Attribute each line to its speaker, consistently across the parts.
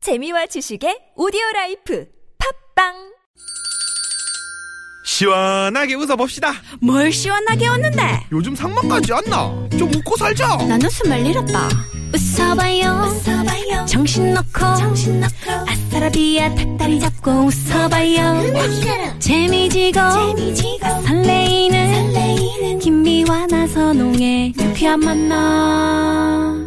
Speaker 1: 재미와 지식의 오디오 라이프 팝빵
Speaker 2: 시원하게 웃어봅시다.
Speaker 3: 뭘 시원하게 웃는데
Speaker 2: 요즘 상만까지 안 나. 좀 웃고 살자.
Speaker 3: 난 웃음을 잃었다 웃어봐요, 웃어봐요. 정신 놓고 아싸라비아 닭다리 잡고 웃어봐요 재미지고, 설레이는, 김미와 나선홍의 유쾌한 만남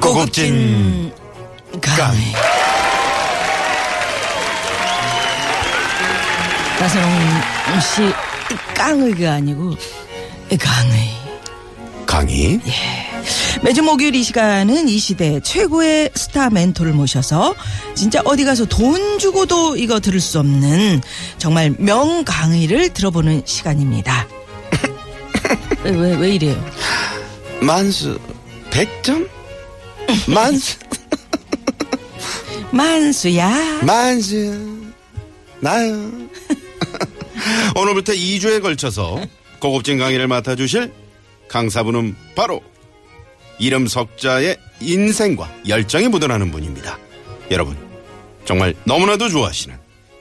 Speaker 4: 고급진 강.
Speaker 5: 나선홍 씨 깡의가 아니고 강의 예.
Speaker 4: 강의
Speaker 5: 매주 목요일 이 시간은 이 시대 최고의 스타 멘토를 모셔서 진짜 어디 가서 돈 주고도 이거 들을 수 없는 정말 명 강의를 들어보는 시간입니다. 왜 왜 왜 이래요?
Speaker 4: 만수 100점? 만수
Speaker 5: 만수야.
Speaker 4: 만수 나요 오늘부터 2주에 걸쳐서 고급진 강의를 맡아주실 강사분은 바로 이름 석자의 인생과 열정이 묻어나는 분입니다 여러분 정말 너무나도 좋아하시는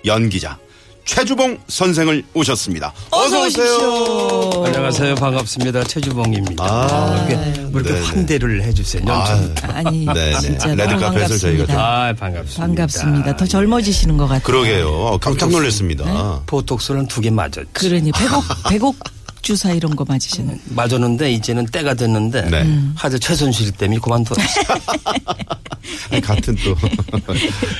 Speaker 4: 연기자 최주봉 선생을 오셨습니다
Speaker 5: 어서
Speaker 4: 어서오세요
Speaker 5: 오십시오.
Speaker 6: 안녕하세요. 반갑습니다. 최주봉입니다.
Speaker 4: 아,
Speaker 6: 아, 이렇게, 왜 이렇게
Speaker 4: 네네.
Speaker 6: 환대를 해주세요. 연초부터.
Speaker 5: 아니
Speaker 4: 네네.
Speaker 5: 진짜 너무
Speaker 4: 레드카펫을 저희가 좀-
Speaker 5: 반갑습니다.
Speaker 6: 아, 반갑습니다.
Speaker 5: 반갑습니다. 더 젊어지시는 것 같아요.
Speaker 4: 그러게요 깜짝 놀랐습니다
Speaker 5: 네.
Speaker 6: 보톡스는 두 개 맞았지.
Speaker 5: 그러니 백옥 백옥 주사 이런 거 맞으시는.
Speaker 6: 맞았는데 이제는 때가 됐는데
Speaker 4: 네. 음.
Speaker 6: 하도 최순실 때문에 그만뒀어요.
Speaker 4: 아니, 같은 또.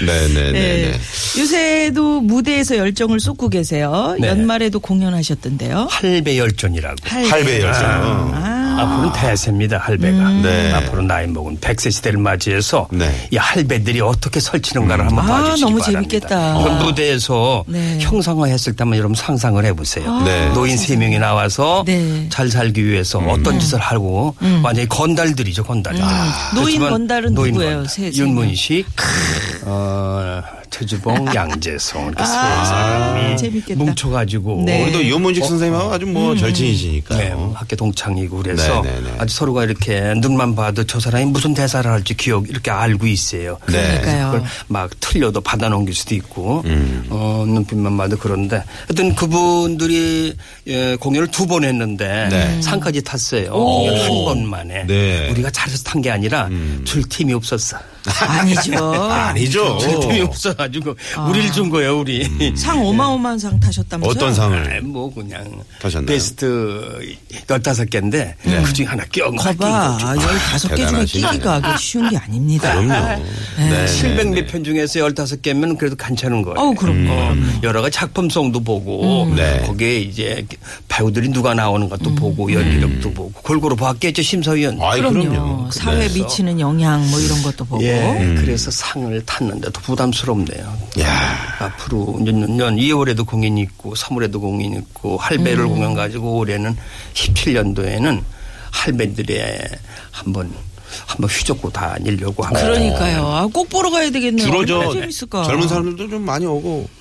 Speaker 4: 네네네.
Speaker 5: 네.
Speaker 4: 네.
Speaker 5: 요새도 무대에서 열정을 쏟고 계세요.
Speaker 6: 네.
Speaker 5: 연말에도 공연하셨던데요.
Speaker 6: 할배 열전이라고.
Speaker 4: 할배 네. 열정.
Speaker 5: 아.
Speaker 6: 앞으로는 대세입니다. 할배가.
Speaker 5: 음.
Speaker 4: 네.
Speaker 6: 앞으로 나이 먹은 100세 시대를 맞이해서
Speaker 4: 네. 음.
Speaker 6: 이 할배들이 어떻게 설치는가를 한번
Speaker 5: 아,
Speaker 6: 봐주시기
Speaker 5: 너무
Speaker 6: 바랍니다.
Speaker 5: 재밌겠다.
Speaker 6: 그럼 무대에서
Speaker 5: 네. 아,
Speaker 6: 형상화했을 때 한번 여러분 상상을 해보세요.
Speaker 4: 네. 음.
Speaker 6: 노인 세 명이 나와서
Speaker 5: 네. 음.
Speaker 6: 잘 살기 위해서 어떤 짓을 하고 완전히 건달들이죠 건달.
Speaker 5: 노인
Speaker 6: 그렇지만
Speaker 5: 건달은
Speaker 6: 노인
Speaker 5: 누구예요?
Speaker 6: 건달.
Speaker 5: 세- 세
Speaker 6: 윤문식, 어, 최주봉, 양재성 이렇게 세
Speaker 5: 아,
Speaker 6: 사람이
Speaker 5: 재밌겠다.
Speaker 6: 뭉쳐가지고
Speaker 5: 네.
Speaker 4: 우리도 유문식 선생님하고 아주 뭐
Speaker 6: 네,
Speaker 4: 절친이시니까요.
Speaker 6: 뭐 학교 동창이고 그래서
Speaker 4: 네, 네, 네.
Speaker 6: 아주 서로가 이렇게 눈만 봐도 저 사람이 무슨 대사를 할지 기억 이렇게 알고 있어요.
Speaker 4: 네.
Speaker 5: 그러니까요.
Speaker 6: 그걸 막 틀려도 받아넘길 수도 있고
Speaker 4: 음.
Speaker 6: 어, 눈빛만 봐도 그런데 하여튼 그분들이 예, 공연을 두 번 했는데
Speaker 4: 네.
Speaker 6: 상까지 탔어요. 한 번만에
Speaker 4: 네. 음.
Speaker 6: 우리가 잘해서 탄 게 아니라 줄 팀이 없었어.
Speaker 5: 아니죠.
Speaker 4: 아니죠.
Speaker 6: 줄 팀이 없어가지고
Speaker 5: 아.
Speaker 6: 우리를 준 거예요. 우리
Speaker 4: 음.
Speaker 5: 상 어마어마한 상 타셨다면서요?
Speaker 4: 네. 어떤
Speaker 6: 아,
Speaker 4: 상을?
Speaker 6: 뭐 그냥
Speaker 4: 하셨나요? 네.
Speaker 6: 베스트 15개인데 그중에 하나 껴.
Speaker 5: 거봐. 15개 중에
Speaker 4: 대단하시네. 아.
Speaker 5: 끼기가 그게 쉬운 게 아닙니다.
Speaker 4: 그럼요. 네.
Speaker 6: 700몇 편 중에서 15개면 그래도 괜찮은 거예요.
Speaker 5: 어우, 그럼요. 음.
Speaker 6: 어, 여러 가지 작품성도 보고
Speaker 4: 음. 네.
Speaker 6: 거기에 이제 배우들이 누가 나오는 것도 보고 연기력도 보고 골고루 봤겠죠 심사위원.
Speaker 4: 음. 아이,
Speaker 5: 그럼요.
Speaker 4: 그럼요.
Speaker 5: 사회에
Speaker 4: 네.
Speaker 5: 미치는 영향 뭐 이런 것도 보고.
Speaker 6: 예,
Speaker 4: 어? 음.
Speaker 6: 그래서 상을 탔는데도 부담스럽네요.
Speaker 4: 야.
Speaker 6: 앞으로 몇년 2월에도 공연 이 있고 3월에도 공연 이 있고
Speaker 5: 음.
Speaker 6: 할배를 공연 가지고 올해는 17년도에는 할배들의 한번 한번 휘젓고 다니려고 하고
Speaker 5: 그러니까요. 아, 꼭 보러 가야 되겠네요. 얼마나
Speaker 4: 줄어져.
Speaker 5: 재밌을까.
Speaker 4: 젊은 사람들도 좀 많이 오고.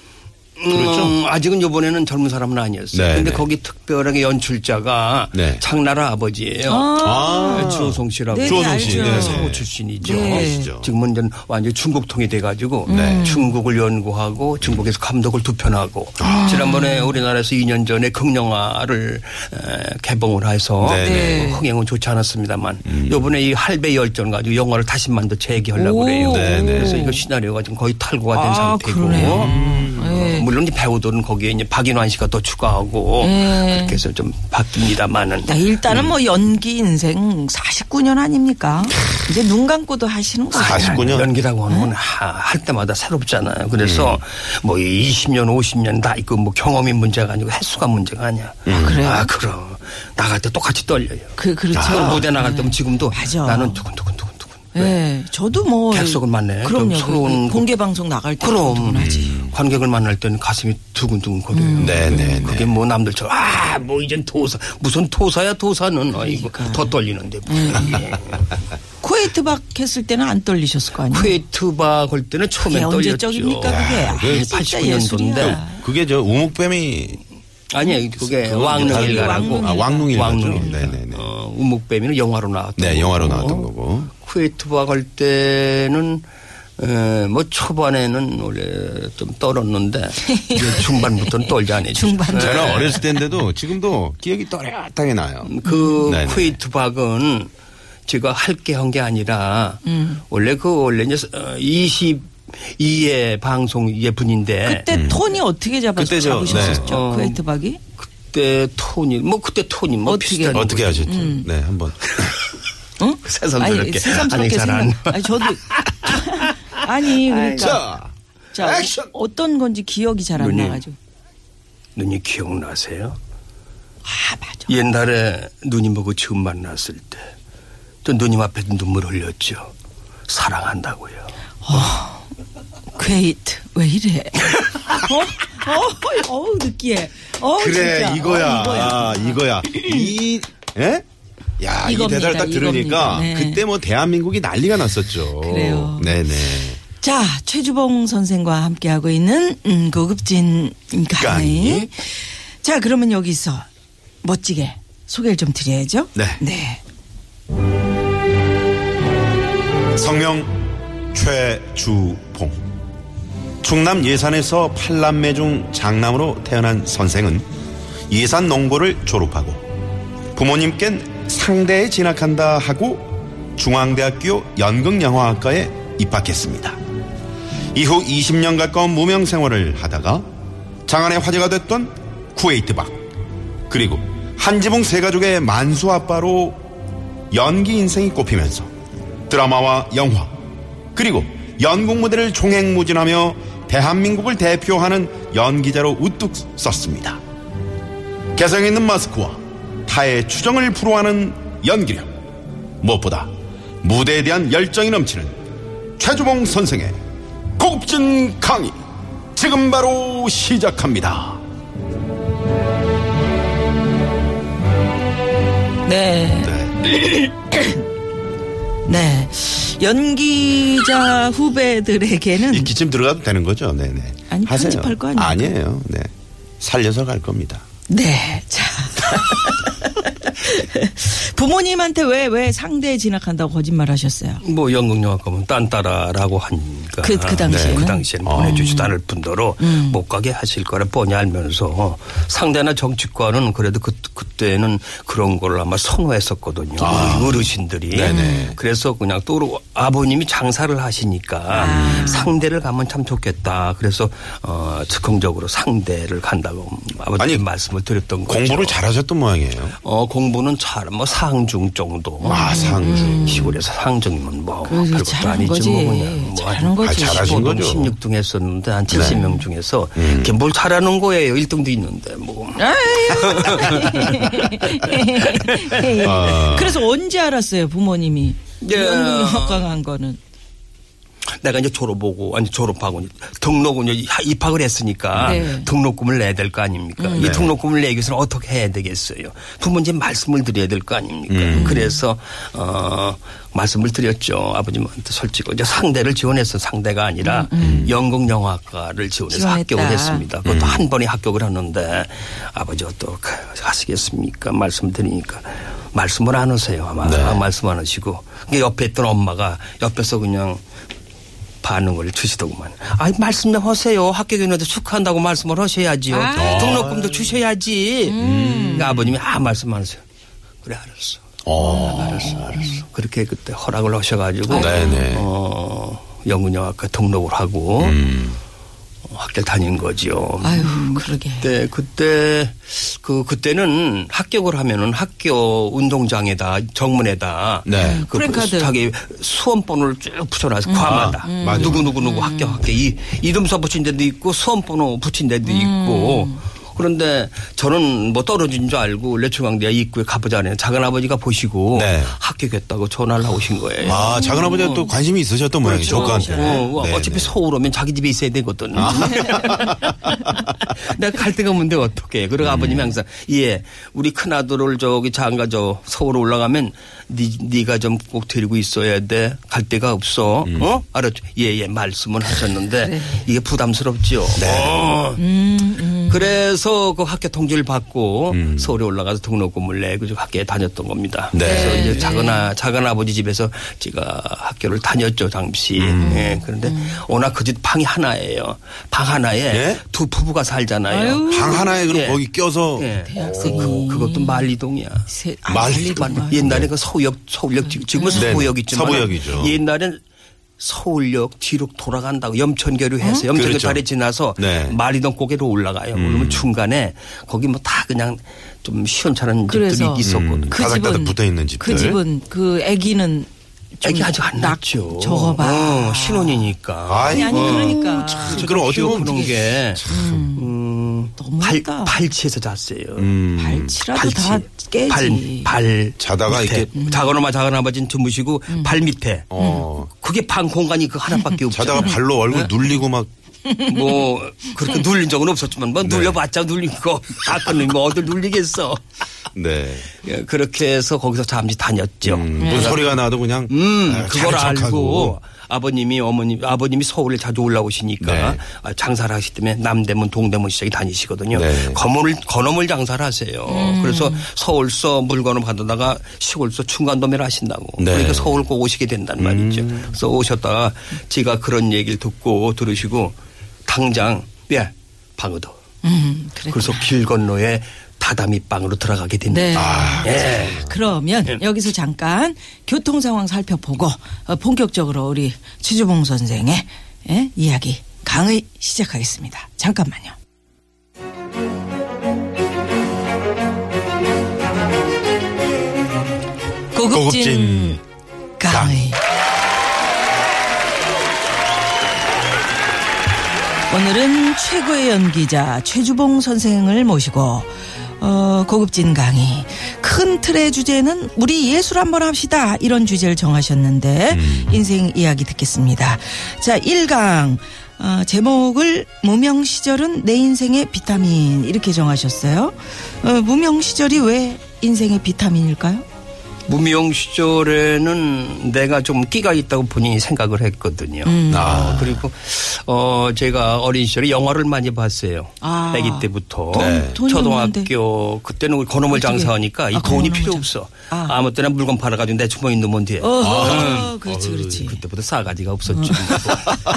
Speaker 4: 그렇죠.
Speaker 6: 음, 아직은 요번에는 젊은 사람은 아니었어요.
Speaker 4: 네,
Speaker 6: 근데
Speaker 4: 네.
Speaker 6: 거기 특별하게 연출자가
Speaker 4: 네.
Speaker 6: 장나라 아버지예요. 그렇죠.
Speaker 4: 아.
Speaker 6: 주호성 씨라고.
Speaker 5: 네, 네,
Speaker 4: 주호성 씨,
Speaker 5: 알죠.
Speaker 4: 네.
Speaker 6: 서울 출신이죠.
Speaker 5: 네. 음.
Speaker 4: 아시죠? 네.
Speaker 6: 지금은 이제 완전 중국 통이 돼가지고 중국을 연구하고 중국에서 감독을 두편하고
Speaker 4: 아.
Speaker 6: 지난번에 우리나라에서 2년 전에 극영화를 에, 개봉을 해서
Speaker 4: 네, 음. 네.
Speaker 6: 뭐 흥행은 좋지 않았습니다만 요번에 이 할배 열전 가지고 영화를 다시 만들 재개하려고 그래요.
Speaker 5: 오.
Speaker 4: 네, 네.
Speaker 6: 그래서 이거 시나리오가 지금 거의 탈고가 된
Speaker 5: 아,
Speaker 6: 상태고
Speaker 5: 그러네요. 예.
Speaker 6: 어, 물론 이제 배우들은 거기에 이제 박인환 씨가 또 추가하고
Speaker 5: 예.
Speaker 6: 그렇게 해서 좀 바뀝니다만은
Speaker 5: 네, 일단은 뭐 연기 인생 49년 아닙니까? 이제 눈 감고도 하시는 거 아니에요?
Speaker 4: 49 년?
Speaker 6: 연기라고 하는
Speaker 5: 네.
Speaker 6: 건 하- 할 때마다 새롭잖아요. 그래서 뭐 20년, 50년 다 이거 뭐 경험이 문제가 아니고 횟수가 문제가 아니야. 아,
Speaker 5: 그래요?
Speaker 6: 그럼 나갈 때 똑같이 떨려요.
Speaker 5: 그, 그렇죠.
Speaker 6: 서울 무대 나갈 때면 지금도
Speaker 5: 맞아.
Speaker 6: 나는 두근두근두근두근.
Speaker 5: 예, 저도 뭐
Speaker 6: 객석은 많네.
Speaker 5: 그럼요.
Speaker 6: 좀 서러운
Speaker 5: 그 공개 방송 나갈 때
Speaker 6: 그럼
Speaker 5: 하지.
Speaker 6: 음. 관객을 만날 때는 가슴이 두근두근 거려요.
Speaker 5: 음.
Speaker 4: 네네네.
Speaker 6: 그게 뭐 남들처럼 아뭐 이젠 도사 무슨 도사야 도사는 아이고
Speaker 5: 그러니까.
Speaker 6: 더 떨리는데
Speaker 5: 음.
Speaker 6: 무슨 예.
Speaker 5: 쿠웨이트 박 했을 때는 안 떨리셨을 거 아니에요?
Speaker 6: 쿠웨이트박 할 때는
Speaker 5: 그게
Speaker 6: 처음엔 떨렸죠.
Speaker 5: 언제적입니까 그게? 아,
Speaker 4: 그게
Speaker 5: 진짜 예술이야.
Speaker 6: 89년도인데
Speaker 4: 그게 저 우묵뱀이
Speaker 6: 아니 그게
Speaker 4: 그건 다른
Speaker 6: 네, 왕릉일가라고
Speaker 4: 거고. 아, 왕릉일가죠.
Speaker 6: 왕릉일가.
Speaker 4: 네네네.
Speaker 6: 어, 우묵뱀이는 영화로 나왔던
Speaker 4: 네, 영화로
Speaker 6: 거고.
Speaker 4: 나왔던 거고.
Speaker 6: 쿠웨이트박 할 때는 에, 뭐 초반에는 원래 좀 떨었는데 이제 중반부터는 떨지 않았죠.
Speaker 5: 중반.
Speaker 6: 네.
Speaker 4: 저는 어렸을 때인데도 지금도 기억이 또렷하게 나요.
Speaker 6: 그
Speaker 4: 네네.
Speaker 6: 쿠웨이트 박은 제가 할 게 한 게 아니라 원래 그 원래 이제 22회 방송 예분인데
Speaker 5: 그때 톤이 어떻게 잡아,
Speaker 4: 그때 저,
Speaker 5: 잡으셨었죠?
Speaker 6: 네. 어,
Speaker 5: 쿠웨이트 박이?
Speaker 6: 그때, 톤이 뭐 그때 톤이 뭐
Speaker 5: 어떻게?
Speaker 6: 비슷한
Speaker 4: 어떻게 하셨죠? 네, 한번.
Speaker 6: 어.
Speaker 5: 응?
Speaker 6: 새삼스럽게.
Speaker 5: 아니, 새삼스럽게
Speaker 6: 아니, 잘
Speaker 5: 생각.
Speaker 6: 안-
Speaker 5: 아니, 저도. 아니, 그러니까.
Speaker 4: 자,
Speaker 5: 자,
Speaker 4: 액션!
Speaker 5: 어떤 건지 기억이 잘 안
Speaker 6: 눈이.
Speaker 5: 나가지고.
Speaker 6: 눈이 기억나세요?
Speaker 5: 아, 맞아.
Speaker 6: 옛날에 누님 보고 처음 만났을 때 또 누님 앞에 눈물 흘렸죠. 사랑한다고요.
Speaker 5: 쿠웨이트, 왜 이래? 어? 어, 어우, 느끼해. 어,
Speaker 4: 그래,
Speaker 5: 진짜.
Speaker 4: 이거야.
Speaker 5: 어, 이거야.
Speaker 4: 아, 이거야. 이, 예? 야, 이
Speaker 5: 이겁니다,
Speaker 4: 대사를 딱 들으니까
Speaker 5: 이겁니다. 네.
Speaker 4: 그때 뭐 대한민국이 난리가 났었죠.
Speaker 5: 그래요.
Speaker 4: 네네.
Speaker 5: 자, 최주봉 선생과 함께하고 있는 음, 고급진 강의.
Speaker 4: 강의.
Speaker 5: 자, 그러면 여기서 멋지게 소개를 좀 드려야죠.
Speaker 4: 네. 성명 최주봉. 충남 예산에서 팔남매 중 장남으로 태어난 선생은 예산 농고를 졸업하고 부모님께는 상대에 진학한다 하고 중앙대학교 연극영화학과에 입학했습니다. 이후 20년 가까운 무명 생활을 하다가 장안의 화제가 됐던 쿠웨이트 박 그리고 한지봉 세 가족의 만수 아빠로 연기 인생이 꼽히면서 드라마와 영화 그리고 연극 무대를 종횡무진하며 대한민국을 대표하는 연기자로 우뚝 섰습니다. 개성 있는 마스크와 타의 추정을 불허하는 연기력 무엇보다 무대에 대한 열정이 넘치는 최주봉 선생의 고급진 강의 지금 바로 시작합니다.
Speaker 5: 네.
Speaker 4: 네.
Speaker 5: 네. 연기자 후배들에게는
Speaker 4: 이 기침 들어가도 되는 거죠? 네네.
Speaker 5: 아니, 편집할 거 아닙니까?
Speaker 4: 아니에요. 네. 살려서 갈 겁니다.
Speaker 5: 네. 자. 부모님한테 왜 왜 상대에 진학한다고 거짓말 하셨어요?
Speaker 6: 뭐 연극영화과면 딴따라라고 하니까
Speaker 5: 그- 그 당시에는? 음.
Speaker 6: 그 당시에는
Speaker 4: 아.
Speaker 6: 보내주지도 않을 뿐더러 못 가게 하실 거라 뻔히 알면서 상대나 정치과는 그래도 그, 그때는 그런 걸 아마 선호했었거든요
Speaker 4: 아.
Speaker 6: 우리 어르신들이 그래서 그냥 또 아버님이 장사를 하시니까
Speaker 4: 음.
Speaker 6: 상대를 가면 참 좋겠다 그래서 어, 즉흥적으로 상대를 간다고 아버님
Speaker 4: 아니,
Speaker 6: 말씀을 드렸던 거죠
Speaker 4: 공부를 잘하셨던 모양이에요.
Speaker 6: 어, 공부는 잘 뭐 상중 정도 음,
Speaker 4: 아, 상중.
Speaker 6: 시골에서 상정이면 뭐
Speaker 5: 그래서
Speaker 6: 별것도
Speaker 5: 잘한
Speaker 6: 아니지
Speaker 5: 거지.
Speaker 6: 뭐 그냥 뭐
Speaker 5: 잘하는 거지.
Speaker 4: 아, 잘하신
Speaker 6: 15등,
Speaker 4: 거죠. 네. 음.
Speaker 6: 16등 했었는데 한 70명 중에서 이게 뭘 잘하는 거예요. 1등도 있는데 뭐.
Speaker 4: 아.
Speaker 5: 그래서 언제 알았어요, 부모님이?
Speaker 6: 예.
Speaker 5: 연극학과 간 거는.
Speaker 6: 내가 이제 졸업하고 아니 졸업하고 이제 등록은 이제 하- 입학을 했으니까
Speaker 5: 네.
Speaker 6: 등록금을 내야 될 거 아닙니까? 이 등록금을 내기 위해서는 어떻게 해야 되겠어요? 부모님 말씀을 드려야 될 거 아닙니까? 그래서 어 말씀을 드렸죠 아버님한테 솔직히 이제 상대를 지원해서 상대가 아니라 연극 영화과를 지원해서
Speaker 5: 지원했다.
Speaker 6: 합격을 했습니다. 그것도
Speaker 4: 음.
Speaker 6: 한 번에 합격을 하는데 아버지 어떻게 하시겠습니까? 말씀드리니까 말씀을 안 하세요 아마
Speaker 4: 네.
Speaker 6: 아, 말씀 안 하시고 그게 옆에 있던 엄마가 옆에서 그냥 반응을 주시더구만. 아이 말씀 좀 하세요. 합격했는데 축하한다고 말씀을 하셔야지요.
Speaker 4: 네.
Speaker 6: 등록금도 주셔야지. 그러니까 아버님이 아 말씀 안 하세요. 그래 알았어.
Speaker 4: 어.
Speaker 6: 알았어, 알았어. 그렇게 그때 허락을 하셔가지고
Speaker 4: 아, 네네.
Speaker 6: 어, 영문영학과 등록을 하고
Speaker 4: 음.
Speaker 6: 어, 학교 다닌 거지요.
Speaker 5: 아유, 그러게.
Speaker 6: 네, 그때 그때 그 그때는 합격을 하면은 학교 운동장에다 정문에다
Speaker 4: 네.
Speaker 6: 그
Speaker 5: 프랭카드. 음.
Speaker 6: 자기 수험번호를 쭉 붙여놔서 과마다
Speaker 4: 맞아.
Speaker 5: 음.
Speaker 6: 누구 누구 누구 합격할게 이 이름서 붙인 데도 있고 수험번호 붙인 데도 있고 그런데 저는 뭐 떨어진 줄 알고 레초강대 입구에 가보자니 작은 아버지가 보시고
Speaker 4: 네.
Speaker 6: 합격했다고 전화를 하신 거예요.
Speaker 4: 아, 작은 아버지가 또 관심이 있으셨던 모양이죠. 조카한테.
Speaker 6: 네. 그렇죠. 어,
Speaker 4: 네, 아.
Speaker 6: 어차피
Speaker 4: 네.
Speaker 6: 서울 오면 자기 집에 있어야 되거든. 내가 갈 데가 없는데 어떡해.
Speaker 4: 음.
Speaker 6: 그리고 아버님이 항상, 예, 우리 큰아들을 저기 장가 저 서울 올라가면 니, 니가 좀 꼭 데리고 있어야 돼. 갈 데가 없어.
Speaker 4: 음.
Speaker 6: 어? 알았죠? 예, 예, 말씀은 하셨는데
Speaker 4: 네.
Speaker 6: 이게 부담스럽지요. 어. 그래서 그 학교 통지를 받고 서울에 올라가서 등록금을 내고 저 학교에 다녔던 겁니다.
Speaker 4: 음. 네.
Speaker 6: 그래서 이제 작은 아 작은 아버지 집에서 제가 학교를 다녔죠 당시.
Speaker 4: 음.
Speaker 6: 예, 그런데 워낙 그 집 방이 하나예요. 방 하나에
Speaker 4: 예?
Speaker 6: 두 부부가 살잖아요.
Speaker 4: 방 하나에 그럼
Speaker 6: 예.
Speaker 4: 거기 껴서
Speaker 6: 예. 그, 것도 말리동이야.
Speaker 5: 세- 아,
Speaker 4: 말리동.
Speaker 5: 말리동.
Speaker 6: 옛날에 그 서울역 서울역 지- 지금은
Speaker 4: 아, 네네.
Speaker 6: 서울역이지만
Speaker 4: 서부역이죠.
Speaker 6: 옛날엔 서울역 뒤로 돌아간다고 염천교류 해서 염천교
Speaker 4: 그렇죠.
Speaker 6: 다리 지나서
Speaker 4: 네. 음.
Speaker 6: 마리동 고개로 올라가요. 그러면 중간에 거기 뭐 다 그냥 좀 시원찮은
Speaker 5: 그래서
Speaker 6: 집들이 있었거든요.
Speaker 5: 그
Speaker 4: 바닥바닥
Speaker 5: 집은
Speaker 4: 붙어있는 집들.
Speaker 5: 그 집은 그 아기는 좀
Speaker 6: 애기 아직 안
Speaker 5: 낙-
Speaker 6: 낳죠.
Speaker 5: 저거 봐.
Speaker 6: 어, 신혼이니까.
Speaker 5: 아니, 아니 그러니까
Speaker 4: 참, 그럼 어떻게 보면
Speaker 6: 그런 게 음, 발,
Speaker 5: 너무했다.
Speaker 6: 발치에서 잤어요.
Speaker 4: 음.
Speaker 5: 발치라도 다 깨지.
Speaker 6: 발, 발
Speaker 4: 자다가
Speaker 6: 밑에.
Speaker 4: 이렇게-
Speaker 6: 작은 엄마 작은 아버지는 주무시고
Speaker 5: 음.
Speaker 6: 발 밑에.
Speaker 4: 음. 어.
Speaker 6: 그게 방 공간이 그 하나밖에 없죠.
Speaker 4: 자다가 발로
Speaker 6: 네.
Speaker 4: 얼굴 눌리고 막
Speaker 6: 뭐 그렇게 눌린 적은 없었지만 뭐 눌려봤자 눌린 거 아까는 뭐 어디 눌리겠어.
Speaker 4: 네.
Speaker 6: 예, 그렇게 해서 거기서 잠시 다녔죠.
Speaker 4: 음, 무슨 소리가 나도 그냥
Speaker 6: 네. 음,
Speaker 4: 아,
Speaker 6: 그걸
Speaker 4: 자기
Speaker 6: 알고
Speaker 4: 척하고.
Speaker 6: 아버님이 어머님 아버님이 서울에 자주 올라오시니까
Speaker 4: 네.
Speaker 6: 아, 장사를 하시기 때문에 남대문 동대문 시장에 다니시거든요.
Speaker 4: 네.
Speaker 6: 건어물 건어물 장사를 하세요. 그래서 서울서 물건을 받으다가 시골서 중간도매를 하신다고.
Speaker 4: 네. 음.
Speaker 6: 그러니까 서울 꼭 오시게 된단 말이죠. 그래서 오셨다가 제가 그런 얘기를 듣고 들으시고 당장 예 방어도.
Speaker 5: 음, 그래.
Speaker 6: 그래서 길 건너에 다다미 빵으로 들어가게 됩니다.
Speaker 5: 네.
Speaker 4: 아,
Speaker 6: 예.
Speaker 5: 그러면
Speaker 6: 예.
Speaker 5: 여기서 잠깐 교통 상황 살펴보고 어, 본격적으로 우리 최주봉 선생의 예? 이야기 강의 시작하겠습니다. 잠깐만요. 고급진,
Speaker 4: 고급진
Speaker 6: 네.
Speaker 5: 강의. 오늘은 최고의 연기자 최주봉 선생을 모시고 어, 고급진 강의 큰 틀의 주제는 우리 예술 한번 합시다 이런 주제를 정하셨는데 인생 이야기 듣겠습니다. 자 1강 어, 제목을 무명 시절은 내 인생의 비타민 이렇게 정하셨어요. 어, 무명 시절이 왜 인생의 비타민일까요?
Speaker 6: 무명 시절에는 내가 좀 끼가 있다고 본인이 생각을 했거든요.
Speaker 5: 음. 아.
Speaker 6: 어, 그리고 어 제가 어린 시절에 영화를 많이 봤어요.
Speaker 5: 아.
Speaker 6: 아기 때부터 네.
Speaker 4: 돈-
Speaker 5: 돈이
Speaker 6: 초등학교 그때는 우리 건어물
Speaker 5: 어떻게?
Speaker 6: 장사하니까 이
Speaker 5: 아,
Speaker 6: 돈이
Speaker 5: 건어물
Speaker 6: 필요
Speaker 5: 장사.
Speaker 6: 없어.
Speaker 5: 아.
Speaker 6: 아. 무 때나 물건 팔아가지고 내 주머니 넣으면 돼.
Speaker 5: 어허, 그렇지, 그렇지.
Speaker 6: 그때보다 싸가지가 없었죠.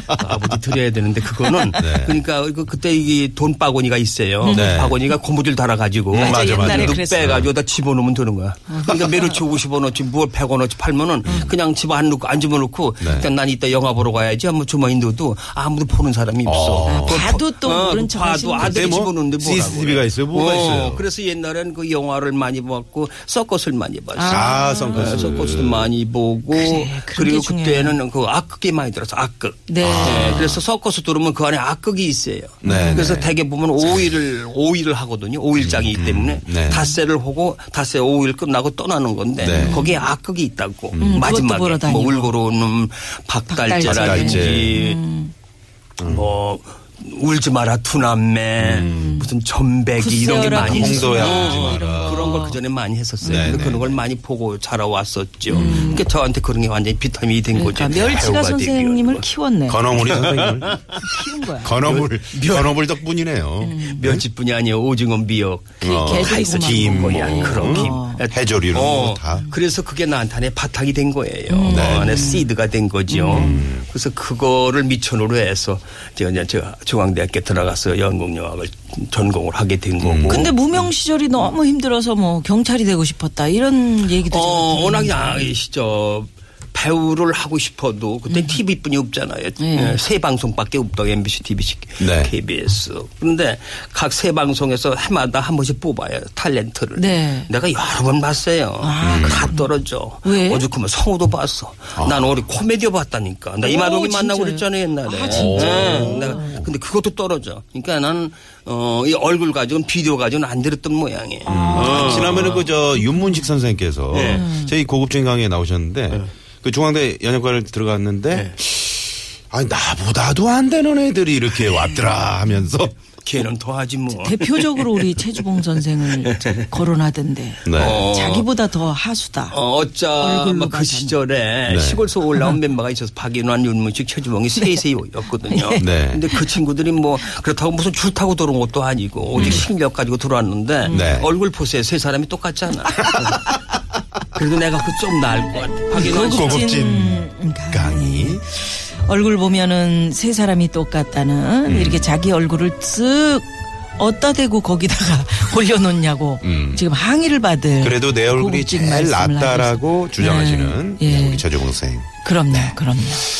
Speaker 6: 아버지 드려야 되는데 그거는 그러니까 이거 그때 이게 돈 바구니가 있어요.
Speaker 4: 네. 음,
Speaker 6: 바구니가 고무줄 달아가지고
Speaker 4: 맞아, 맞아. 옛날에
Speaker 6: 또
Speaker 5: 그랬어요. 아.
Speaker 6: 빼가지고 다 집어넣으면 되는 거야. 그러니까 메르치 50원어치 뭘 100원어치 팔면은
Speaker 5: 음.
Speaker 6: 그냥 집에 안 넣고 안 집어넣고
Speaker 4: 네.
Speaker 6: 일단 난 이따 영화 보러 가야지 한번 주머니 넣어도 아무도 보는 사람이 없어.
Speaker 4: 아,
Speaker 6: 그걸
Speaker 5: 봐도
Speaker 6: 봐-
Speaker 5: 또 모른 척
Speaker 6: 봐도
Speaker 5: 하시는
Speaker 6: 아들이
Speaker 4: 뭐
Speaker 6: 집어넣는데 뭐라고.
Speaker 4: CCTV 가 있어요? 뭐가
Speaker 6: 어,
Speaker 4: 있어요?
Speaker 6: 그래서 옛날엔 그 영화를 많이 봤고 서커스를 많이 봤어.
Speaker 4: 아, 선글라스.
Speaker 6: 서커스도 많이 보고
Speaker 5: 네, 그런
Speaker 6: 그리고
Speaker 5: 게 중요해요.
Speaker 6: 그때는 그 악극이 많이 들어서 악극.
Speaker 5: 네.
Speaker 6: 네, 그래서 서커스 들으면 그 안에 악극이 있어요.
Speaker 4: 네,
Speaker 6: 그래서
Speaker 4: 네.
Speaker 6: 대개 보면 5일을 5일을 하거든요. 5일장이기 때문에
Speaker 4: 네.
Speaker 6: 닷새를 보고 닷새 5일 끝나고 떠나는 건데
Speaker 4: 네. 음.
Speaker 6: 거기에 악극이 있다고
Speaker 5: 그것도 보러
Speaker 6: 마지막에 뭐
Speaker 5: 다니고.
Speaker 6: 울고로는 박달재라든지
Speaker 4: 박달재.
Speaker 5: 음.
Speaker 6: 뭐 울지 마라 투남매 무슨 전배기 이런 게
Speaker 5: 구세어라
Speaker 6: 많이 있어요.
Speaker 4: 음. 홍도야 울지 마라.
Speaker 6: 그런 걸 그전에 많이 했었어요.
Speaker 4: 네,
Speaker 6: 근데
Speaker 4: 네,
Speaker 6: 그런 걸 많이 보고 자라왔었죠. 그러니까 저한테 그런 게 완전히 비타민이 된
Speaker 5: 음. 그러니까
Speaker 6: 거죠.
Speaker 5: 멸치가
Speaker 6: 배우가 되기 위한
Speaker 5: 선생님을
Speaker 6: 거.
Speaker 5: 키웠네.
Speaker 4: 건어물이 선생님을
Speaker 5: 키운 거야.
Speaker 4: 건어물 건어물 덕분이네요.
Speaker 6: 음. 멸치뿐이 아니에요. 오징어 미역.
Speaker 4: 어,
Speaker 5: 개도
Speaker 6: 다 있어.
Speaker 5: 고구마.
Speaker 6: 김, 뭐,
Speaker 4: 뭐,
Speaker 6: 양크로 김.
Speaker 4: 어. 해조류로 다.
Speaker 6: 그래서 그게 나한테 안에 바탕이 된 거예요.
Speaker 5: 음.
Speaker 6: 네. 안에 씨드가 된 거죠. 그래서 그거를 미천으로 해서 제가 이제 제가 중앙대학교 들어가서 연극영화를 전공을 하게 된 거고.
Speaker 5: 근데 무명 시절이 너무 힘들어서 뭐 경찰이 되고 싶었다 이런 얘기도
Speaker 6: 어,
Speaker 5: 제가
Speaker 6: 워낙 야이시죠. 배우를 하고 싶어도 그때
Speaker 5: 음.
Speaker 6: TV뿐이 없잖아요.
Speaker 5: 네.
Speaker 6: 예, 세 방송밖에 없다고 MBC, TBC,
Speaker 4: 네.
Speaker 6: KBS. 그런데 각 세 방송에서 해마다 한 번씩 뽑아요. 탤런트를.
Speaker 5: 네. 아.
Speaker 6: 내가 여러 번 봤어요. 음. 다
Speaker 4: 음.
Speaker 6: 떨어져.
Speaker 5: 왜?
Speaker 6: 어저께만 성우도 봤어.
Speaker 4: 아.
Speaker 6: 난 우리 코미디어 봤다니까. 나 이만옥이
Speaker 5: 오,
Speaker 6: 만나고
Speaker 5: 진짜요?
Speaker 6: 그랬잖아요 옛날에.
Speaker 5: 아, 진짜?
Speaker 6: 네, 내가 근데 그것도 떨어져. 그러니까 나는 어, 이 얼굴 가지고는 비디오 가지고는 안 들었던 모양이에요.
Speaker 4: 음.
Speaker 6: 어.
Speaker 4: 지난번에 그 저 윤문식 선생님께서
Speaker 6: 네.
Speaker 4: 저희 고급진 강의에 나오셨는데 그 중앙대 연예과를 들어갔는데 아니 나보다도 안 되는 애들이 이렇게 왔더라 하면서
Speaker 6: 걔는 더하지 뭐.
Speaker 5: 대표적으로 우리 최주봉 선생을 거론하던데
Speaker 4: 네.
Speaker 6: 어.
Speaker 5: 자기보다 더 하수다.
Speaker 6: 어, 어쩌면
Speaker 5: 얼굴로
Speaker 6: 그
Speaker 5: 가자니.
Speaker 6: 시절에
Speaker 4: 네.
Speaker 6: 시골에서 올라온 멤버가 있어서 박인환, 윤문식, 최주봉이
Speaker 5: 네.
Speaker 6: 세세였거든요.
Speaker 4: 네.
Speaker 6: 근데 그 친구들이 뭐 그렇다고 무슨 줄 타고 들어온 것도 아니고 오직 실력 가지고 들어왔는데
Speaker 4: 네.
Speaker 6: 얼굴 보세요. 세 사람이 똑같잖아. 그래도 내가 그좀 나을 것 같아. 박인환 씨.
Speaker 4: 고급진 강의
Speaker 5: 얼굴 보면은 세 사람이 똑같다는
Speaker 4: 음.
Speaker 5: 이렇게 자기 얼굴을 쓱 어디다 대고 거기다가 올려놓냐고 지금 항의를 받을
Speaker 4: 음. 그래도 내 얼굴이
Speaker 5: 고급진
Speaker 4: 제일
Speaker 5: 말씀을 하고
Speaker 4: 낫다라고 주장하시는
Speaker 5: 네. 예.
Speaker 4: 우리 최종훈 선생님
Speaker 5: 그럼요, 그럼요.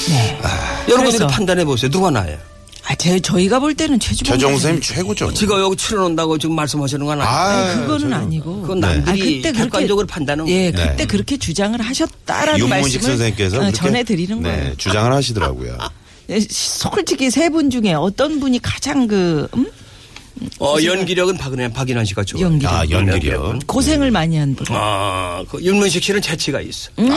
Speaker 5: 네.
Speaker 4: 아.
Speaker 6: 여러분들이
Speaker 5: 그래서-
Speaker 6: 판단해 보세요. 누가 나예요?
Speaker 5: 아, 제, 저희가 볼 때는 최주봉
Speaker 4: 최종훈
Speaker 5: 선생님.
Speaker 4: 선생님 최고죠
Speaker 6: 지금 여기 출연한다고 지금 말씀하시는 건 아니에요.
Speaker 4: 아
Speaker 5: 그거는
Speaker 4: 저는
Speaker 5: 아니고.
Speaker 6: 그건
Speaker 4: 네.
Speaker 6: 남들이
Speaker 5: 그렇게-
Speaker 6: 객관적으로 판단은
Speaker 5: 예,
Speaker 4: 네.
Speaker 5: 그때 그렇게 주장을 하셨다라는 그 말씀을
Speaker 4: 윤문식 선생님께서
Speaker 5: 어,
Speaker 4: 그렇게
Speaker 5: 전해드리는
Speaker 4: 네,
Speaker 5: 거예요.
Speaker 4: 주장을 하시더라고요
Speaker 5: 예, 솔직히 세 분 중에 어떤 분이 가장 그 음?
Speaker 6: 어, 연기력은 박인환, 박인환 씨가 좋아요.
Speaker 5: 연기력
Speaker 4: 아 연기력
Speaker 5: 고생을 많이 한 분.
Speaker 6: 아, 그 윤문식 씨는 재치가 있어.
Speaker 5: 음,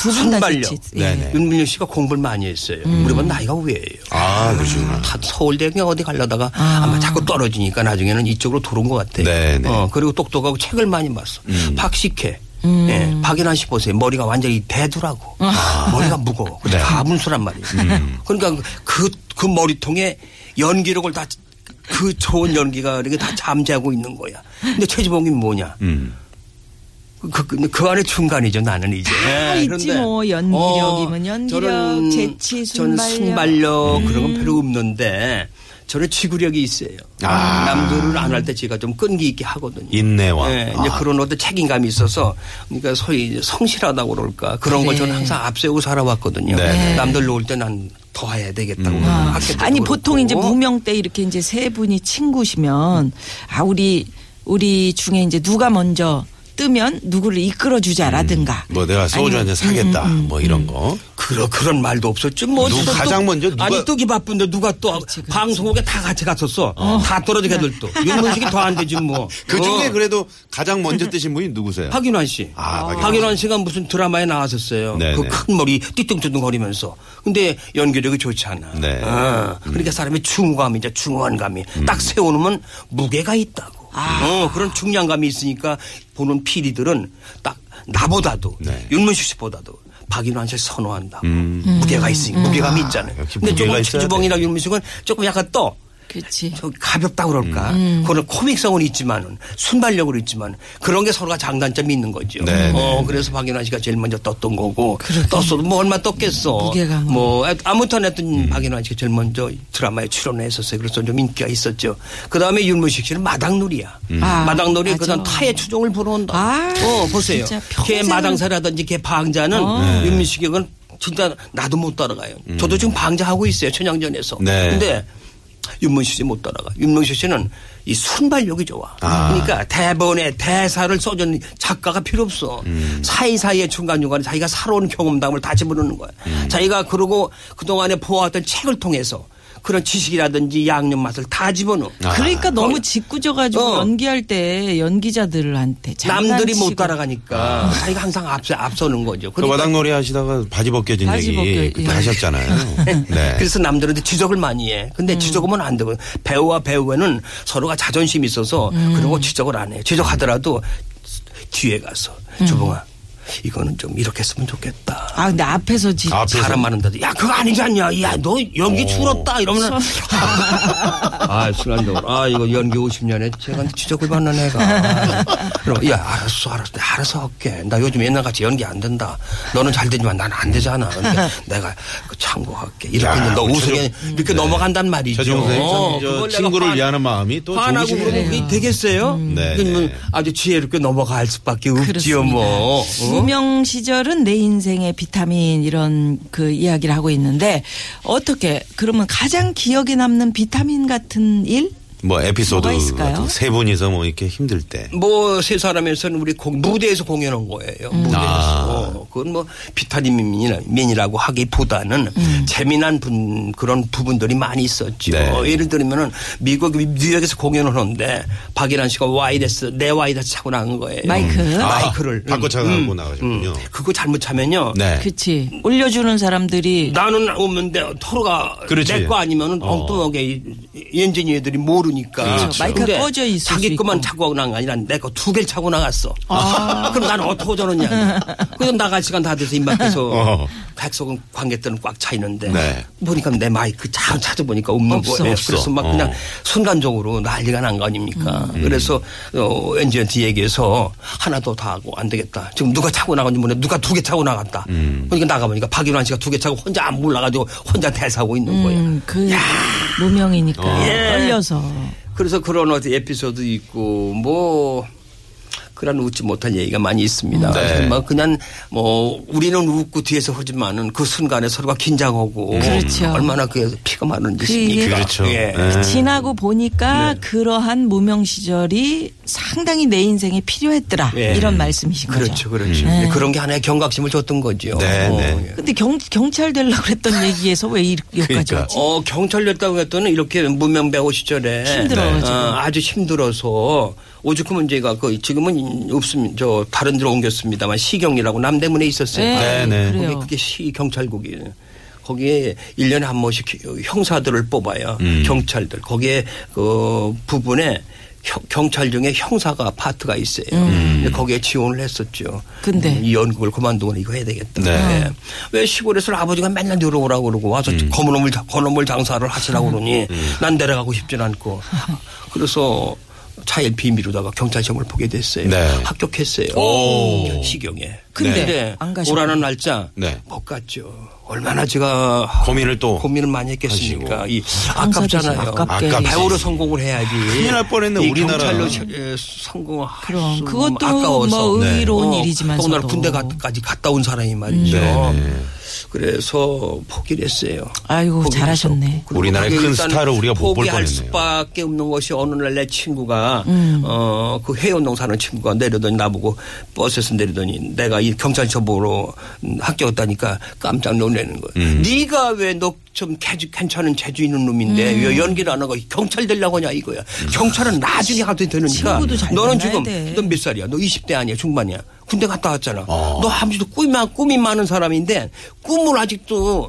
Speaker 5: 두분다 예.
Speaker 6: 순발력.
Speaker 4: 네네. 음.
Speaker 6: 윤문식 씨가 공부를 많이 했어요. 우리보다 나이가 왜예요?
Speaker 4: 아 그러시구나
Speaker 6: 다 서울대 그냥 어디 가려다가 아. 마 자꾸 떨어지니까 나중에는 이쪽으로 들어온 것 같아요.
Speaker 4: 네네. 음.
Speaker 6: 어, 그리고 똑똑하고 책을 많이 봤어. 박식혜. 예, 박인환 씨 보세요. 머리가 완전히 대두라고. 머리가 무거워. 그래서
Speaker 4: 네. 음.
Speaker 6: 다 문수란 말이에요. 그러니까 그, 그 머리통에 연기력을 다 그 좋은 연기가 이렇게 다 잠재하고 있는 거야. 근데 최지봉이 뭐냐.
Speaker 4: 음.
Speaker 6: 그, 그, 그 안에 중간이죠, 나는 이제.
Speaker 5: 다
Speaker 6: 예,
Speaker 5: 있지
Speaker 6: 그런데,
Speaker 5: 뭐. 연기력이면 연기력,
Speaker 6: 저는-
Speaker 5: 재치,
Speaker 6: 저는
Speaker 5: 순발력. 음.
Speaker 6: 순발력 그런 건 별로 없는데 저는 지구력이 있어요.
Speaker 4: 아.
Speaker 6: 남들을 안 할 때 제가 좀 끈기 있게 하거든요.
Speaker 4: 인내와.
Speaker 6: 예, 이제
Speaker 4: 아.
Speaker 6: 그런 어떤 책임감이 있어서 그러니까 소위 이제 성실하다고 그럴까 그런
Speaker 5: 네.
Speaker 6: 걸 저는 항상 앞세우고 살아왔거든요.
Speaker 4: 네. 음.
Speaker 6: 남들 놀 때 난 더 해야 되겠다고. 학교
Speaker 5: 아니
Speaker 6: 때도
Speaker 5: 보통
Speaker 6: 그렇고.
Speaker 5: 이제 무명 때 이렇게 이제 세 분이 친구시면 아 우리 우리 중에 이제 누가 먼저 뜨면 누구를 이끌어 주자라든가.
Speaker 4: 뭐 내가 소주 한 잔 사겠다
Speaker 5: 음,
Speaker 4: 뭐 이런 거
Speaker 6: 그런 그런 말도 없었지 뭐.
Speaker 4: 누가
Speaker 6: 또-
Speaker 4: 가장 먼저 누가-
Speaker 6: 아니 뜨기 바쁜데 누가 또 방송국에 다 같이 갔었어. 다 떨어지게 들 또. 윤문식이 더 안 되지 뭐.
Speaker 4: 그 중에
Speaker 6: 어.
Speaker 4: 그래도 가장 먼저 뜨신 분이 누구세요?
Speaker 6: 박윤환 씨.
Speaker 4: 아, 박윤환
Speaker 6: 박윤환 씨가 무슨 드라마에 나왔었어요.
Speaker 4: 네네.
Speaker 6: 그 큰 머리 띠뚱뚱 거리면서. 근데 연기력이 좋지 않아.
Speaker 4: 네. 음.
Speaker 6: 어, 그러니까 사람의 중후감이 이제 중후한 감이 딱 세워놓으면 무게가 있다고.
Speaker 4: 아.
Speaker 6: 어, 그런 중량감이 있으니까 보는 피디들은 딱 나보다도
Speaker 4: 네. 음.
Speaker 6: 윤문식 씨보다도 박인환 씨를 선호한다. 고 무게가 있으니까 무게감이 있잖아요.
Speaker 4: 역시
Speaker 6: 근데
Speaker 4: 무게가
Speaker 6: 조금
Speaker 4: 있어야
Speaker 6: 주주봉이나 윤문식은 조금 약간 떠.
Speaker 5: 그렇지. 음.
Speaker 6: 저 가볍다
Speaker 4: 음.
Speaker 6: 그럴까. 그거는 코믹성은 있지만은 순발력은 있지만 그런 게 서로가 장단점이 있는 거죠.
Speaker 4: 네,
Speaker 6: 어, 그래서 박인환 씨가 제일 먼저 떴던 거고 떴어도 뭐 얼마 떴겠어.
Speaker 5: 무게가 뭐.
Speaker 6: 뭐 아, 아무튼 하여튼
Speaker 4: 음.
Speaker 6: 박인환 씨가 제일 먼저 드라마에 출연했었어요. 그래서 좀 인기가 있었죠. 그다음에 윤문식 씨는 마당놀이야.
Speaker 4: 음.
Speaker 5: 아,
Speaker 6: 마당놀이
Speaker 5: 맞아.
Speaker 6: 그다음 타의 추종을 보러 온다.
Speaker 5: 아,
Speaker 6: 어, 보세요.
Speaker 5: 진짜
Speaker 6: 걔
Speaker 5: 평생을- 어.
Speaker 6: 마당사라든지 걔 방자는
Speaker 4: 네.
Speaker 6: 윤민식이 그건 진짜 나도 못 따라가요. 저도 지금 방자하고 있어요. 천양전에서.
Speaker 4: 음. 네.
Speaker 6: 근데 윤문식 씨 못 따라가. 윤문식 씨는 이 순발력이 좋아.
Speaker 4: 아.
Speaker 6: 그러니까 대본에 대사를 써준 작가가 필요 없어. 사이사이에 중간중간에 자기가 살아온 경험담을 다 집어넣는 거야. 자기가 그러고 그동안에 보아왔던 책을 통해서 그런 지식이라든지 양념 맛을 다 아. 집어넣어.
Speaker 5: 그러니까 너무 짓궂어가지고
Speaker 6: 어.
Speaker 5: 연기할 때 연기자들한테
Speaker 6: 남들이 못
Speaker 5: 장난치고
Speaker 6: 따라가니까 자기가 항상 앞서 앞서는 거죠. 그러니까
Speaker 4: 그 마당놀이 하시다가 바지 벗겨진
Speaker 5: 바지 벗겨-
Speaker 4: 얘기 그때
Speaker 5: 예.
Speaker 4: 하셨잖아요. 네.
Speaker 6: 그래서 남들한테 지적을 많이 해. 근데 지적하면 안 되고 배우와 배우에는 서로가 자존심이 있어서 그런 거 지적을 안 해. 지적하더라도 뒤에 가서 주봉아 이거는 좀 이렇게 했으면 좋겠다.
Speaker 5: 아 근데 앞에서 지
Speaker 4: 앞에서 어.
Speaker 6: 사람 많은데도 야 그거 아니지 않냐? 야 너 연기 줄었다 이러면 아 순간적으로 아 이거 연기 50년에 제가 지적을 받는 애가 그럼 야 알았어 알았어 내가 알아서 할게 나 요즘 옛날같이 연기 안 된다 너는 잘 되지만 난 안 되잖아 그러니까 내가 그 참고할게 이렇게
Speaker 4: 야,
Speaker 6: 이제 너
Speaker 4: 우리
Speaker 6: 우스개 이렇게 넘어간단 말이죠
Speaker 4: 최종 선생님
Speaker 6: 어,
Speaker 4: 참 저
Speaker 6: 그걸 내가
Speaker 4: 친구를
Speaker 6: 화-
Speaker 4: 위하는 마음이 또
Speaker 6: 화나고
Speaker 4: 좋으시네요.
Speaker 6: 그러면 그게 되겠어요?
Speaker 4: 네,
Speaker 6: 그건 뭐
Speaker 4: 네.
Speaker 6: 아주 지혜롭게 넘어갈 수밖에 없지요 뭐 어?
Speaker 5: 무명 시절은 내 인생의 비타민 이런 그 이야기를 하고 있는데 어떻게 그러면 가장 기억에 남는 비타민 같은 일?
Speaker 4: 뭐 에피소드
Speaker 5: 뭐가 있을까요?
Speaker 4: 같은 거세 분이서 뭐 이렇게 힘들 때.
Speaker 6: 뭐 세 사람에서는 우리 공- 무대에서 공연한 거예요.
Speaker 4: 음.
Speaker 6: 무대에서.
Speaker 4: 아.
Speaker 6: 그건 뭐 비타민민이라고 하기보다는 재미난 분 그런 부분들이 많이
Speaker 4: 음.
Speaker 6: 있었죠.
Speaker 4: 네.
Speaker 6: 예를 들면은 미국 뉴욕에서 공연을 하는데 박일환 씨가 와이드스 내 와이드스 차고 나간 거예요.
Speaker 5: 마이크. 음.
Speaker 4: 아,
Speaker 6: 마이크를
Speaker 4: 바꿔 차고
Speaker 6: 음,
Speaker 4: 나가셨군요.
Speaker 6: 그거 잘못 차면요.
Speaker 4: 네.
Speaker 5: 그치. 올려주는 사람들이
Speaker 6: 나는 없는데 토로가
Speaker 4: 그렇지.
Speaker 6: 내 거 아니면
Speaker 4: 어.
Speaker 6: 엉뚱하게 이- 엔지니어 애들이 모르니까
Speaker 4: 그렇죠.
Speaker 5: 마이크가
Speaker 6: 근데
Speaker 5: 꺼져 있을 수
Speaker 6: 자기
Speaker 5: 있고. 아.
Speaker 6: 것만 차고 나간 게 아니라 내 거 두 개를 차고 나갔어 그럼 나는 어떻게 저러냐 그래서 나갈 시간 다 돼서 입
Speaker 4: 어.
Speaker 6: 밖에서 객석은 관객들은 꽉 차 있는데
Speaker 4: 네.
Speaker 6: 보니까 내 마이크 잘 찾아보니까 없는
Speaker 5: 없어.
Speaker 6: 거예요
Speaker 4: 없어.
Speaker 6: 그래서 막
Speaker 4: 어.
Speaker 6: 그냥 순간적으로 난리가 난 거 아닙니까 그래서 어, 엔지니어한테 얘기해서 하나 더 다 하고 안 되겠다 지금 누가 차고 나갔는지 모르는데 누가 두 개 차고 나갔다 그러니까 나가보니까 박일환 씨가 두 개 차고 혼자 안 몰라가지고 혼자 대사하고 있는 거예요
Speaker 5: 음, 그 무명이니까
Speaker 6: 예.
Speaker 5: 떨려서
Speaker 6: 그래서 그런 어떤 에피소드 있고 뭐 그런 웃지 못한 얘기가 많이
Speaker 4: 네.
Speaker 6: 있습니다. 그래서 막 그냥 뭐 우리는 웃고 뒤에서 하지만은 그 순간에 서로가 긴장하고
Speaker 5: 그렇죠.
Speaker 6: 얼마나 그 피가 마른 짓입니까.
Speaker 4: 그렇죠.
Speaker 6: 예.
Speaker 4: 네.
Speaker 5: 지나고 보니까 그러한 무명 시절이 상당히 내 인생에 필요했더라
Speaker 6: 예.
Speaker 5: 이런 말씀이신 거죠.
Speaker 6: 그렇죠, 그렇죠.
Speaker 5: 네.
Speaker 6: 그런 게 하나의 경각심을 줬던 거죠.
Speaker 4: 네,
Speaker 6: 어,
Speaker 4: 네.
Speaker 6: 예.
Speaker 5: 근데 경, 경찰 되려고 그랬던 얘기에서 왜 이- 여기까지
Speaker 4: 그러니까.
Speaker 5: 왔지?
Speaker 6: 어, 경찰 됐다고 했더니 이렇게 무명 배우 시절에
Speaker 5: 그렇죠. 힘들어가지고.
Speaker 6: 어, 아주 힘들어서 오죽 하면 제가 그 지금은 없습니다. 저 다른 데로 옮겼습니다만 시경이라고 남대문에 있었어요.
Speaker 5: 네,
Speaker 4: 네, 네.
Speaker 6: 거기
Speaker 5: 그래요.
Speaker 6: 그게 시 경찰국이에요. 거기에 일년에한 번씩 형사들을 뽑아요.
Speaker 4: 음.
Speaker 6: 경찰들. 거기에 그 부분에 형- 경찰 중에 형사가 파트가 있어요. 근데 거기에 지원을 했었죠.
Speaker 5: 음. 근데? 아.
Speaker 6: 음, 이 연극을 그만두고 이거 해야 되겠다.
Speaker 4: 네.
Speaker 6: 예. 왜 시골에서 아버지가 맨날 내려오라고 그러고 와서
Speaker 4: 음.
Speaker 6: 건어물 자- 건어물 장사를
Speaker 5: 음.
Speaker 6: 하시라고 그러니 난 내려가고 싶진 않고 그래서 차일 비밀로다가 경찰 시험을 보게 됐어요.
Speaker 4: 네.
Speaker 6: 합격했어요.
Speaker 4: 오.
Speaker 6: 시경에. 네.
Speaker 5: 근데 안 가셨구나.
Speaker 6: 오라는 날짜
Speaker 4: 네.
Speaker 6: 못 갔죠. 얼마나 제가
Speaker 4: 고민을 또
Speaker 6: 고민을 많이 했겠습니까. 이 아깝잖아요.
Speaker 5: 아깝게.
Speaker 4: 아깝지.
Speaker 6: 배우로 성공을 해야지.
Speaker 4: 큰일 날 뻔했네,
Speaker 6: 이
Speaker 4: 우리나라.
Speaker 6: 경찰로 시- 에, 성공할
Speaker 5: 그럼
Speaker 6: 수
Speaker 5: 그것도
Speaker 6: 아까워서. 네. 어,
Speaker 5: 뭐 의로운 일이지만서도.
Speaker 6: 더군다나 군대까지 갔다 온 사람이 말이죠.
Speaker 4: 네, 네.
Speaker 6: 그래서 포기를 했어요.
Speaker 5: 아이고,
Speaker 6: 포기를
Speaker 5: 잘하셨네.
Speaker 6: 했어. 그리고
Speaker 4: 우리나라의
Speaker 6: 그게
Speaker 4: 큰
Speaker 6: 일단
Speaker 4: 스타를 우리가 못볼
Speaker 6: 포기할
Speaker 4: 뻔했네요.
Speaker 6: 수밖에 없는 것이 어느 날 내 친구가
Speaker 5: 음.
Speaker 6: 어, 그 해운동 사는 친구가 내려더니 나보고 버스에서 내리더니 내가 이 경찰서 보러 음, 합격했다니까 깜짝 놀라는 거예요. 네가 왜 너 좀 괜찮은 재주 있는 놈인데
Speaker 5: 음.
Speaker 6: 왜 연기를 안 하고 경찰 되려고 하냐 이거야. 경찰은 나중에 가도 되니까
Speaker 5: 친구도 잘
Speaker 6: 너는
Speaker 5: 만나야
Speaker 6: 지금
Speaker 5: 돼.
Speaker 6: 너 몇 살이야? 너 20대 아니야? 중반이야? 군대 갔다 왔잖아. 너 아무도 꿈이, 많- 꿈이 많은 사람인데 꿈을 아직도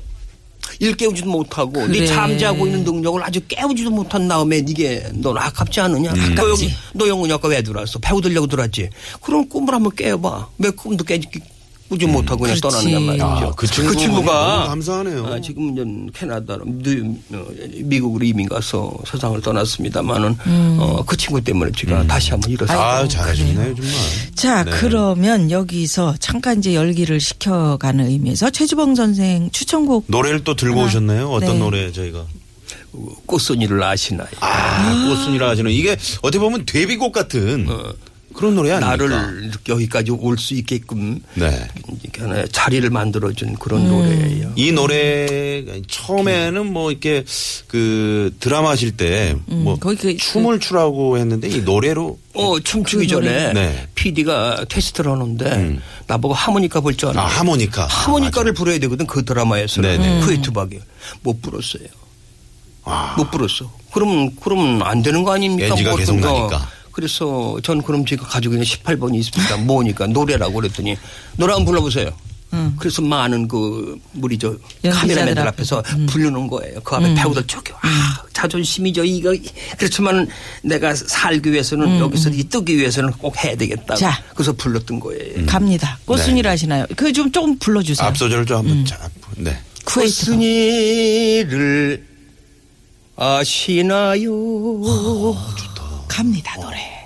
Speaker 6: 일깨우지도 못하고
Speaker 5: 그래.
Speaker 6: 네 잠자고 있는 능력을 아주 깨우지도 못한 다음에 이게 넌 아깝지 않으냐? 너, 영, 너 영훈이 아까 왜 들어왔어? 배우 들려고 들어왔지? 그럼 꿈을 한번 깨봐. 왜 꿈도 깨지? 꾸지 못하고 그냥
Speaker 5: 그렇지.
Speaker 6: 떠나는단 말이죠.
Speaker 4: 아, 그 친구
Speaker 6: 가
Speaker 4: 너무 감사하네요.
Speaker 6: 아, 지금 이제 캐나다로 뉴- 어, 미국으로 이민 가서 세상을 떠났습니다만은 어, 그 친구 때문에 제가 다시 한번 일어서
Speaker 4: 아, 잘하셨네요, 정말.
Speaker 5: 자,
Speaker 4: 네.
Speaker 5: 그러면 여기서 잠깐 이제 열기를 식혀가는 의미에서 최주봉 선생 추천곡
Speaker 4: 노래를 또 들고
Speaker 5: 하나.
Speaker 4: 오셨나요? 어떤
Speaker 5: 네.
Speaker 4: 노래 저희가?
Speaker 6: 꽃순이를 아시나요?
Speaker 4: 아, 꽃순이라 하시는 이게 어떻게 보면 데뷔곡 같은 그런
Speaker 6: 네,
Speaker 4: 노래 아닙니까?
Speaker 6: 어, 나를 이렇게 여기까지 올 수 있게끔
Speaker 4: 네.
Speaker 6: 이렇게 하나의 자리를 만들어준 그런 노래예요.
Speaker 4: 이 노래 처음에는 뭐 이렇게 그 드라마 하실 때 뭐
Speaker 5: 거기 그-
Speaker 4: 춤을 추라고 했는데 이 노래로
Speaker 6: 어, 춤추기 전에
Speaker 4: 네. 음.
Speaker 6: PD가 테스트를 하는데 나보고 하모니카 볼 줄
Speaker 4: 아,
Speaker 6: 알아.
Speaker 4: 하모니카. 아,
Speaker 6: 하모니카를 불어야 되거든 그 드라마에서
Speaker 4: 네네. 음.
Speaker 6: 그의 투박이 못 불었어요. 못 불었어. 그럼 그럼 안 되는 거 아닙니까?
Speaker 4: NG 가
Speaker 6: 뭐
Speaker 4: 아. 계속
Speaker 6: 어떤 거.
Speaker 4: 나니까.
Speaker 6: 그래서 전 그럼 제가 가지고 있는 18번이 있습니다. 뭐니까 노래라고 그랬더니 노래 한번 불러보세요. 그래서 많은 그 우리 저
Speaker 5: 음. 연기자들
Speaker 6: 카메라맨들
Speaker 5: 앞에.
Speaker 6: 앞에서 부르는 거예요. 그
Speaker 5: 음.
Speaker 6: 앞에 배우들 쫓겨. 아 자존심이죠. 이거 그렇지만은 내가 살기 위해서는 여기서 이 뜨기 위해서는 꼭 해야 되겠다.
Speaker 5: 음, 자.
Speaker 6: 그래서 불렀던 거예요.
Speaker 5: 갑니다. 꽃순이라 하시나요? 그 좀 조금 불러주세요.
Speaker 4: 앞소절을
Speaker 5: 음.
Speaker 4: 좀 한번 쫙 네.
Speaker 5: 쿠웨이트.
Speaker 6: 코스니를 아시나요?
Speaker 5: 어, 갑니다 노래.